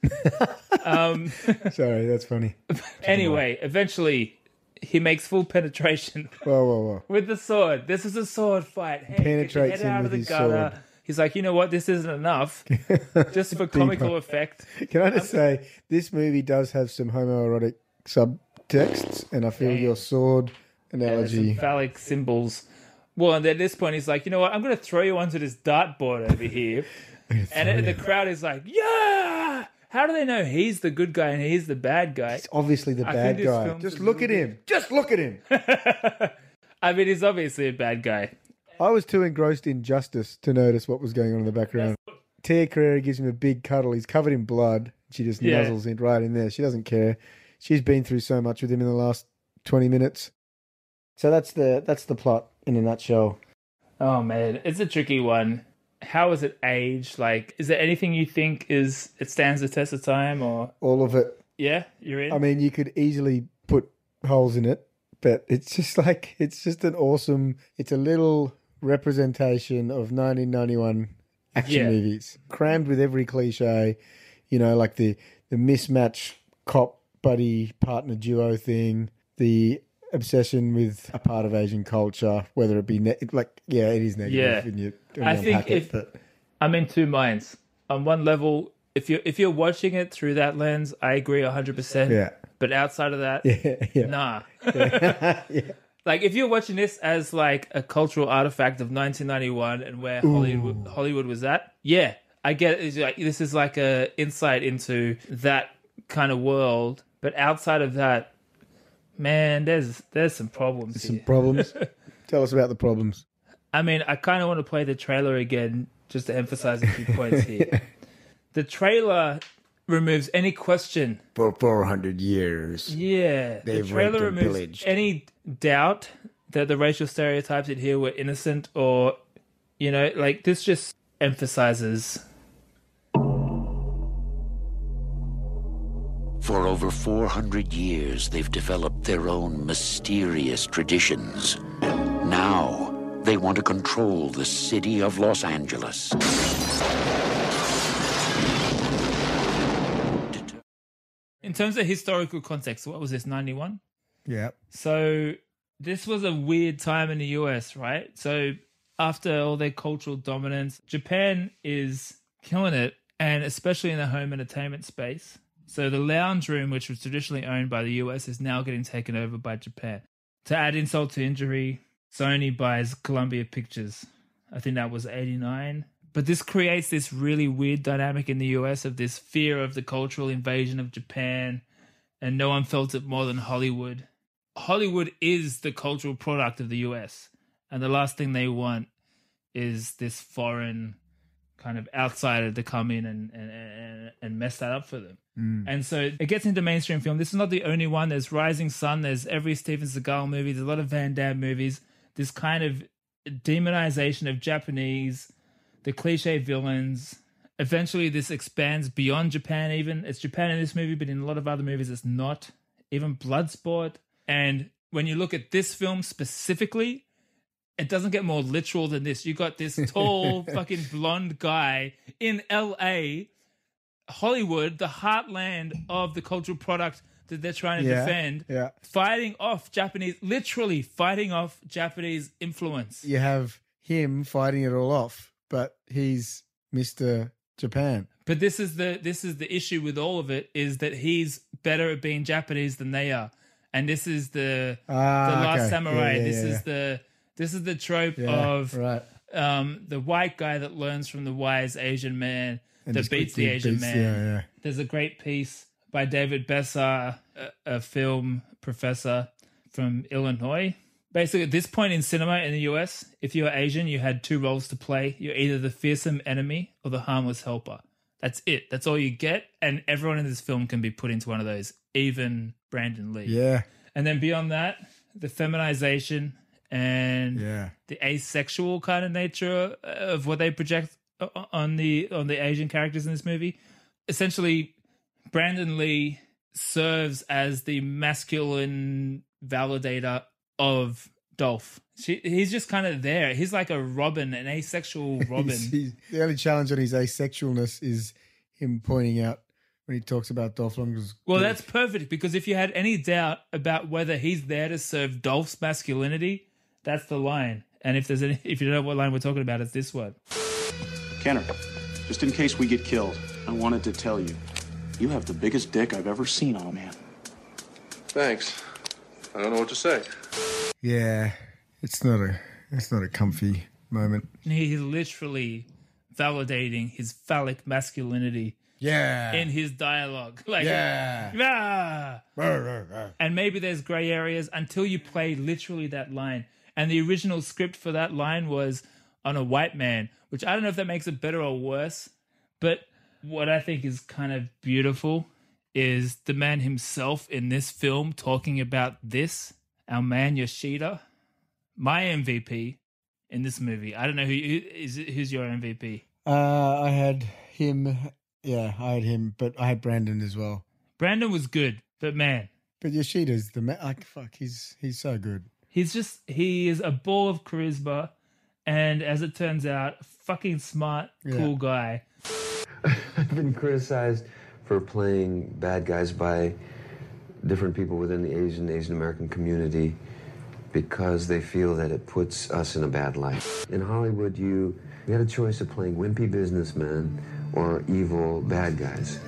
S4: Sorry, that's funny.
S3: Anyway, eventually he makes full penetration [laughs]
S4: Whoa, whoa, whoa!
S3: with the sword. This is a sword fight. Hey, get your
S4: Penetrates
S3: head
S4: him
S3: out
S4: with
S3: of the
S4: his
S3: gutter.
S4: sword.
S3: He's like, you know what? This isn't
S4: [laughs]
S3: enough, just for comical effect.
S4: Can I just say this movie does have some homoerotic subtexts, and I feel your sword
S3: There's some
S4: analogy.
S3: phallic symbols. Well, and at this point, he's like, you know what? I'm going to throw you onto this dartboard over
S4: [laughs]
S3: here. and it, the crowd is like, yeah! How do they know he's the good guy and he's the bad guy? [laughs]
S4: It's obviously the
S3: I think
S4: bad
S3: this
S4: guy.
S3: film's
S4: Just
S3: a
S4: look at him. Just look at him.
S3: I mean, he's obviously a bad guy.
S4: I was too engrossed in justice to notice what was going on in the background. Tia Carrera gives him a big cuddle. He's covered in blood. She just
S3: Yeah.
S4: nuzzles it right in there. She doesn't care. She's been through so much with him in the last twenty minutes. So that's the that's the plot in a nutshell.
S3: Oh, man. It's a tricky one. How is it aged? Like, is there anything you think is it stands the test of time or.
S4: All of it.
S3: Yeah, you're in?
S4: I mean, you could easily put holes in it, but it's just [laughs] like it's just an awesome. It's a little representation of 1991 action
S3: Yeah.
S4: movies, crammed with every cliche. You know, like the the mismatch cop buddy partner duo thing, the obsession with a part of Asian culture, whether it be ne- like yeah, it is negative.
S3: Yeah.
S4: when you, when
S3: I
S4: you
S3: think
S4: unpack it,
S3: if-
S4: but
S3: I'm in two minds. on one level, if you're if you're watching it through that lens, I agree hundred percent.
S4: Yeah.
S3: But outside of that,
S4: [laughs] yeah.
S3: nah. Like if you're watching this as like a cultural artifact of 1991 and where Hollywood Hollywood was at, yeah, I get it. It's like this is like a insight into that kind of world. But outside of that, man, there's there's some problems.
S4: Some
S3: here. [laughs]
S4: problems. Tell us about the problems.
S3: I mean, I kind of want to play the trailer again just to emphasize a few points
S4: [laughs]
S3: here. The trailer removes any question.
S4: For 400 years.
S3: Yeah,
S4: They've
S3: the trailer
S4: raped and
S3: removes
S4: pillaged.
S3: any doubt that the racial stereotypes in here were innocent or, you know, like this just emphasizes.
S6: For over 400 years, they've developed their own mysterious traditions. Now, they want to control the city of Los Angeles.
S3: In terms of historical context, what was this, 91?
S4: Yeah.
S3: So this was a weird time in the US, right? So after all their cultural dominance, Japan is killing it, and especially in the home entertainment space. So the lounge room, which was traditionally owned by the US, is now getting taken over by Japan. To add insult to injury, Sony buys Columbia Pictures. I think that was 89. But this creates this really weird dynamic in the US of this fear of the cultural invasion of Japan, and no one felt it more than Hollywood. Hollywood is the cultural product of the US, and the last thing they want is this foreign kind of outsider to come in and and, and, and mess that up for them. And so it gets into mainstream film. This is not the only one. There's Rising Sun. There's every Steven Seagal movie. There's a lot of Van Damme movies. This kind of demonization of Japanese, the cliche villains. Eventually, this expands beyond Japan. Even it's Japan in this movie, but in a lot of other movies, it's not. Even Bloodsport. And when you look at this film specifically, it doesn't get more literal than this. You got this
S4: [laughs]
S3: tall, fucking blonde guy in L.A. Hollywood, the heartland of the cultural product that they're trying to
S4: Yeah,
S3: defend,
S4: yeah.
S3: fighting off Japanese, literally fighting off Japanese influence.
S4: You have him fighting it all off, but he's Mr. Japan.
S3: But this is the this is the issue with all of it is that he's better at being Japanese than they are, and this is the
S4: Ah,
S3: the Last
S4: okay.
S3: Samurai.
S4: Yeah, yeah,
S3: this
S4: yeah,
S3: is the this is the trope
S4: Yeah,
S3: of
S4: right.
S3: um, the white guy that learns from the wise Asian man that
S4: just
S3: beats the
S4: quickly
S3: Asian
S4: beats-
S3: man.
S4: yeah, yeah.
S3: There's a great piece by David Bessar, a, a film professor from Illinois. Basically, at this point in cinema in the US, if you were Asian, you had two roles to play. You're either the fearsome enemy or the harmless helper. That's it. That's all you get. And everyone in this film can be put into one of those, even Brandon Lee.
S4: Yeah.
S3: And then beyond that, the feminization and
S4: Yeah.
S3: the asexual kind of nature uh, of what they project uh, o- on the on the Asian characters in this movie. Essentially, Brandon Lee serves as the masculine validator of Dolph. She, he's just kind of there. He's like a Robin, an asexual
S4: He's-
S3: Robin.
S4: he's- the only challenge on his asexualness is him pointing out when he talks about Dolph Lundgren's.
S3: well, that's perfect because if you had any doubt about whether he's there to serve Dolph's masculinity, that's the line. And if there's any, if you don't know what line we're talking about, it's this one.
S8: Kenner, just in case we get killed, I wanted to tell you, you have the biggest dick I've ever seen on a man.
S1: Thanks. I don't know what to say.
S4: yeah. It's not a. It's not a comfy moment.
S3: He's literally validating his phallic masculinity
S4: Yeah.
S3: in his dialogue. Like,
S4: yeah.
S3: "Ah."
S4: Rah, rah, rah.
S3: and maybe there's gray areas until you play literally that line. And the original script for that line was on a white man, which I don't know if that makes it better or worse. But what I think is kind of beautiful is the man himself in this film talking about this, our man Yoshida, my MVP in this movie. I don't know who, who is it, who's your MVP.
S4: Uh, I had him. Yeah, I had him, but I had Brandon as well.
S3: Brandon was good, but man,
S4: But Yoshida's the ma- like fuck. He's he's so good.
S3: He's just he is a ball of charisma, and as it turns out, fucking smart, cool guy.
S9: I've been criticized for playing bad guys by different people within the Asian Asian American community because they feel that it puts or evil bad guys.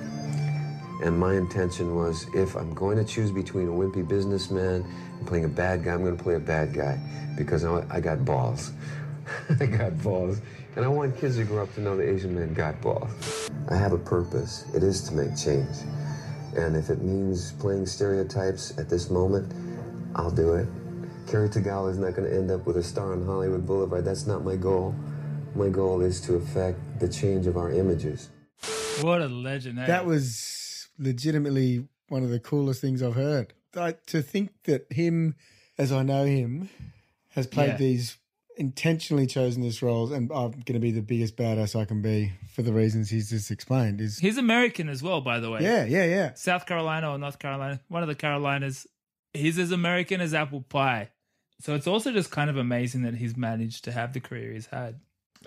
S9: And my intention was if I'm going to choose between a wimpy businessman and playing a bad guy, I'm going to play a bad guy because I, I got balls. [laughs] I got balls. And I want kids to grow up to know the Asian man got balls. I have a purpose. It is to make change. And if it means playing stereotypes at this moment, I'll do it. Kerry Tagawa is not going to end up with a star on Hollywood Boulevard. That's not my goal. My goal is to affect the change of our images.
S3: What a legend. eh?
S4: That was legitimately one of the coolest things I've heard. I, to think that him, as I know him, has played
S3: Yeah.
S4: these intentionally chosen these roles, and I'm going to be the biggest badass I can be for the reasons he's just explained. Is
S3: He's American as well, by the way.
S4: yeah, yeah, yeah.
S3: South Carolina or North Carolina, one of the Carolinas. He's as American as apple pie. So it's also just kind of amazing that he's managed to have the career he's had.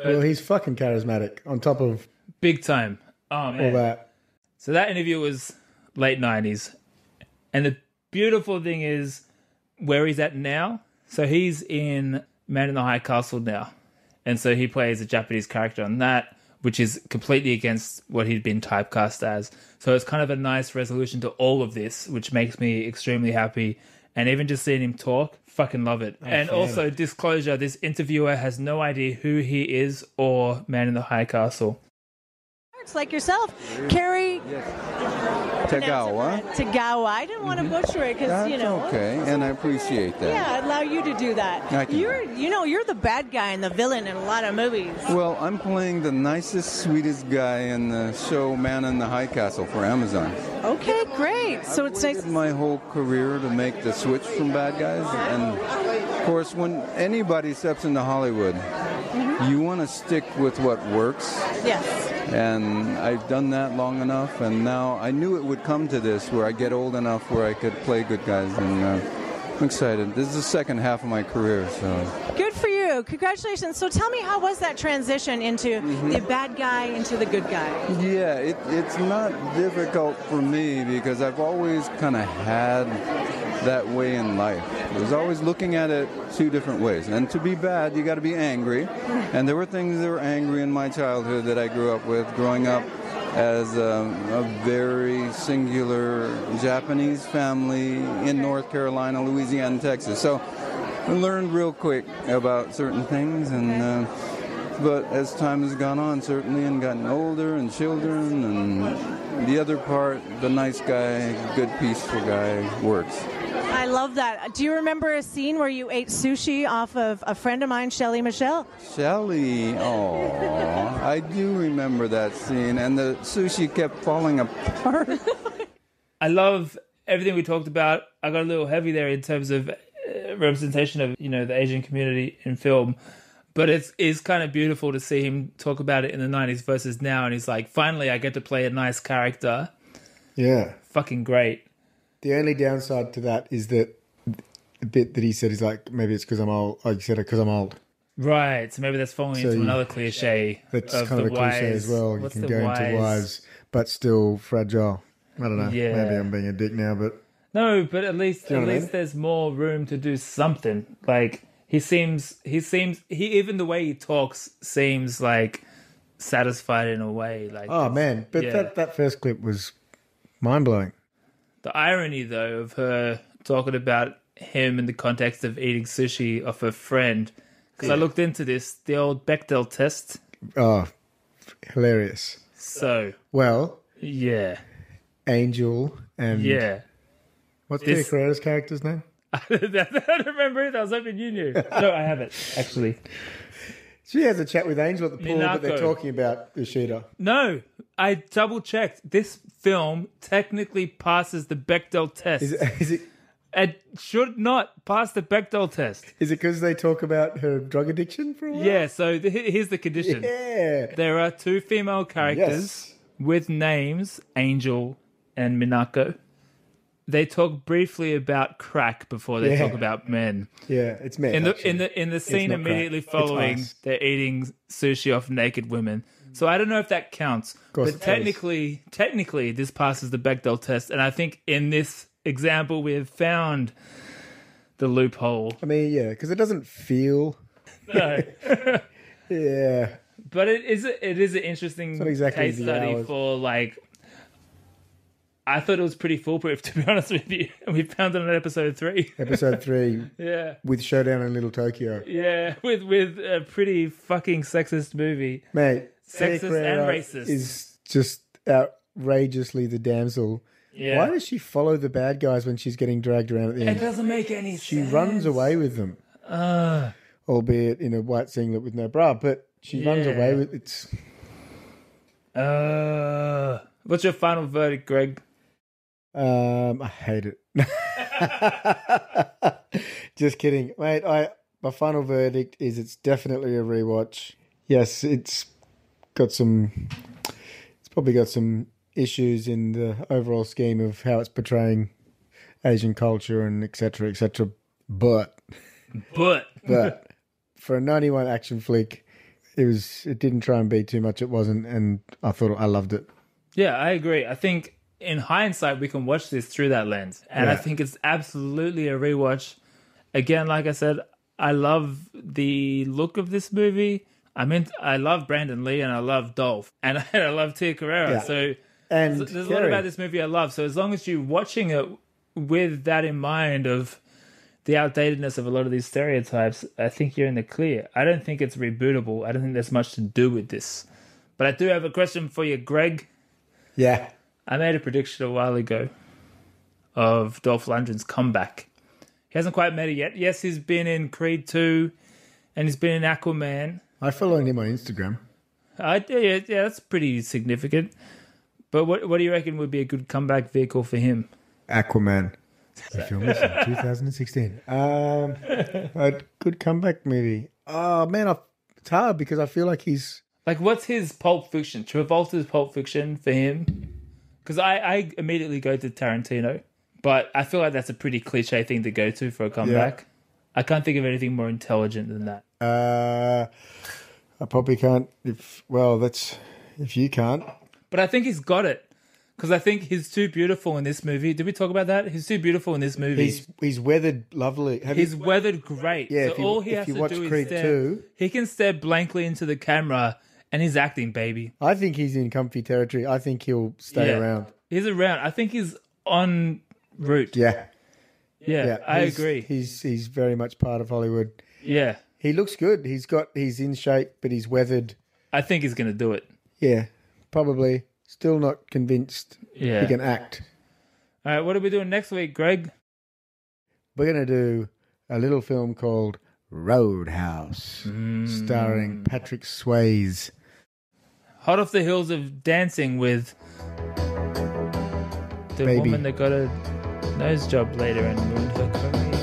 S4: Well, he's fucking charismatic. On top of
S3: Big time. Oh, man.
S4: all that,
S3: So that interview was late 90s. And the beautiful thing is where he's at now. So he's in Man in the High Castle now. And so he plays a Japanese character on that, which is completely against what he'd been typecast as. So it's kind of a nice resolution to all of this, which makes me extremely happy. And even just seeing him talk, fucking love it. and also, disclosure this interviewer has no idea who he is or Man in the High Castle.
S10: like yourself, Carrie
S11: Tagawa. Mm-hmm.
S10: Tagawa. I didn't want to butcher it because
S11: That's
S10: you know.
S11: okay, and I appreciate that.
S10: Yeah, I'd allow you to do
S11: I
S10: that.
S11: can-
S10: You're, you know, you're the bad guy and the villain in a lot of movies.
S11: Well, I'm playing the nicest, sweetest guy in the show Man in the High Castle for Amazon.
S10: Okay, great. So it's nice.
S11: Waited my whole career to make the switch from bad guys, and of course, when anybody steps into Hollywood, you want to stick with what works.
S10: Mm-hmm. Yes.
S11: And I've done that long enough, and now I knew it would come to this where I get old enough where I could play good guys, and uh, I'm excited. This is the second half of my career, so
S10: Good for you. Congratulations. So tell me, how was that transition into the bad guy into the good guy?
S11: Mm-hmm. yeah, it, it's not difficult for me because I've always kind of had that way in life. I was always looking at it two different ways, and to be bad, you got to be angry, and there were things that were angry in my childhood that I grew up with, growing up. as um, a very singular Japanese family in North Carolina, Louisiana, and Texas. So I learned real quick about certain things, and uh, but as time has gone on, certainly, and gotten older, and children, and hmm, the other part, the nice guy, good, peaceful guy, works.
S10: I love that. Do you remember a scene where you ate sushi off of a friend of mine, Shelly Michelle?
S11: Shelly, oh, I do remember that scene, and the sushi kept falling apart.
S3: I love everything we talked about. I got a little heavy there in terms of uh, representation of you know the Asian community in film, but it's it's kind of beautiful to see him talk about it in the '90s versus now, and he's like, finally, I get to play a nice character.
S4: yeah.
S3: Fucking great.
S4: The only downside to that is that the bit that he said is like maybe it's because I'm old. I said it because I'm old.
S3: Right, so maybe that's falling
S4: So
S3: into
S4: you-
S3: another cliche.
S4: That's
S3: of
S4: kind of
S3: the
S4: a cliche
S3: wise-
S4: as well. You
S3: what's
S4: can
S3: the
S4: go
S3: wise-
S4: into wise, but still fragile. I don't know.
S3: Yeah.
S4: Maybe I'm being a dick now, but
S3: No, but at least
S4: know
S3: at
S4: what I
S3: least
S4: mean?
S3: there's more room to do something. Like he seems he seems he even the way he talks seems like satisfied in a way. Like
S4: oh man, but
S3: yeah.
S4: that that first clip was mind blowing.
S3: The irony, though, of her talking about him in the context of eating sushi off her friend, because I looked into this, the old Bechdel test.
S4: Oh, hilarious.
S3: So,
S4: Well,
S3: yeah,
S4: Angel and
S3: yeah. [laughs]
S4: what's Tia
S3: This-
S4: Carrera's character's name?
S3: I don't remember it. I was hoping you knew. No, I haven't, actually.
S4: She has a chat with Angel at the pool, but they're
S3: Minako.
S4: talking about Ishida.
S3: No, I double checked. This film technically passes the Bechdel test.
S4: Is it, is it
S3: It should not pass the Bechdel test.
S4: is it because they talk about her drug addiction for a while?
S3: Yeah, so the, here's the condition
S4: Yeah.
S3: there are two female characters.
S4: Yes.
S3: with names Angel and Minako. They talk briefly about crack before they
S4: Yeah.
S3: talk about men.
S4: Yeah, it's me.
S3: In the in the in the scene
S4: not
S3: immediately
S4: crack. It's
S3: following,
S4: ice.
S3: they're eating sushi off naked women. So I don't know if that counts,
S4: course
S3: but
S4: it does.
S3: technically, technically, this passes the Bechdel test, and I think in this example, we have found the
S4: [laughs]
S3: loophole.
S4: I mean, yeah, because it doesn't feel.
S3: No.
S4: Yeah.
S3: But it is a- it is an interesting
S4: It's not exactly
S3: case
S4: the
S3: study
S4: hours.
S3: for like. I thought it was pretty foolproof, [laughs] to be honest with you. And we found it on episode
S4: [laughs]
S3: three.
S4: Episode three.
S3: Yeah.
S4: With Showdown in Little Tokyo.
S3: yeah, with with a pretty fucking sexist movie.
S4: Mate,
S3: Sexist
S4: Eddie Guerrero
S3: and racist.
S4: Is just outrageously the damsel.
S3: Yeah.
S4: Why does she follow the bad guys when she's getting dragged around at the
S3: It
S4: end?
S3: doesn't make any
S4: She
S3: sense.
S4: runs away with them,
S3: Uh,
S4: albeit in a white singlet with no bra, but she runs
S3: Yeah.
S4: away with it's
S3: uh, what's your final verdict, Greg?
S4: Um, I hate it. [laughs] Just kidding, mate. I my final verdict is it's definitely a rewatch. Yes, it's got some. It's probably got some issues in the overall scheme of how it's portraying Asian culture and etc. etc. But
S3: But
S4: but for a ninety-one action flick, it was it didn't try and be too much. It wasn't, and I thought I loved it.
S3: Yeah, I agree. I think in hindsight, we can watch this through that lens. And I
S4: Yeah.
S3: think it's absolutely a rewatch. Again, like I said, I love the look of this movie. I mean, I love Brandon Lee and I love Dolph and, [laughs] and I love Tia Carrera.
S4: Yeah.
S3: So
S4: And
S3: there's a lot
S4: Carrie.
S3: about this movie I love. So as long as you're watching it with that in mind of the outdatedness of a lot of these stereotypes, I think you're in the clear. I don't think it's rebootable. I don't think there's much to do with this. But I do have a question for you, Greg.
S4: Yeah,
S3: I made a prediction a while ago of Dolph Lundgren's comeback. He hasn't quite made it yet. Yes, he's been in Creed 2 and he's been in Aquaman.
S4: I followed him on Instagram.
S3: I, yeah, yeah, that's pretty significant. But what, what do you reckon would be a good comeback vehicle for him?
S4: Aquaman. The film is [laughs] in 2016. Um, a good comeback movie. Oh man, I, it's hard because I feel like he's
S3: Like, what's his Pulp Fiction? Travolta's Pulp Fiction for him? Because I, I immediately go to Tarantino, but I feel like that's a pretty cliche thing to go to for a comeback. I can't think of anything more intelligent than that.
S4: uh, I probably can't. If well, that's if you can't.
S3: But I think he's got it because I think he's too beautiful in this movie. Did we talk about that? He's too beautiful in this movie.
S4: He's
S3: He's,
S4: he's weathered lovely. Have you-
S3: weathered great.
S4: Yeah,
S3: so
S4: if you-
S3: all he
S4: if
S3: has
S4: you
S3: to
S4: watch
S3: do
S4: Creed
S3: is stare,
S4: 2.
S3: he can stare blankly into the camera and he's acting, baby.
S4: I think he's in comfy territory. I think he'll stay
S3: Yeah.
S4: around.
S3: He's around. I think he's on route. Yeah,
S4: Yeah,
S3: I
S4: He's-
S3: agree.
S4: He's he's very much part of Hollywood.
S3: yeah,
S4: He looks good. He's got he's in shape, but he's weathered.
S3: I think he's gonna do it.
S4: Yeah, probably. Still not convinced
S3: Yeah.
S4: he can act.
S3: All right, what are we doing next week, Greg?
S4: We're going to do a little film called Roadhouse, starring Patrick Swayze.
S3: Hot off the hills of dancing with the
S4: Baby.
S3: woman that got a nose job later and ruined her career.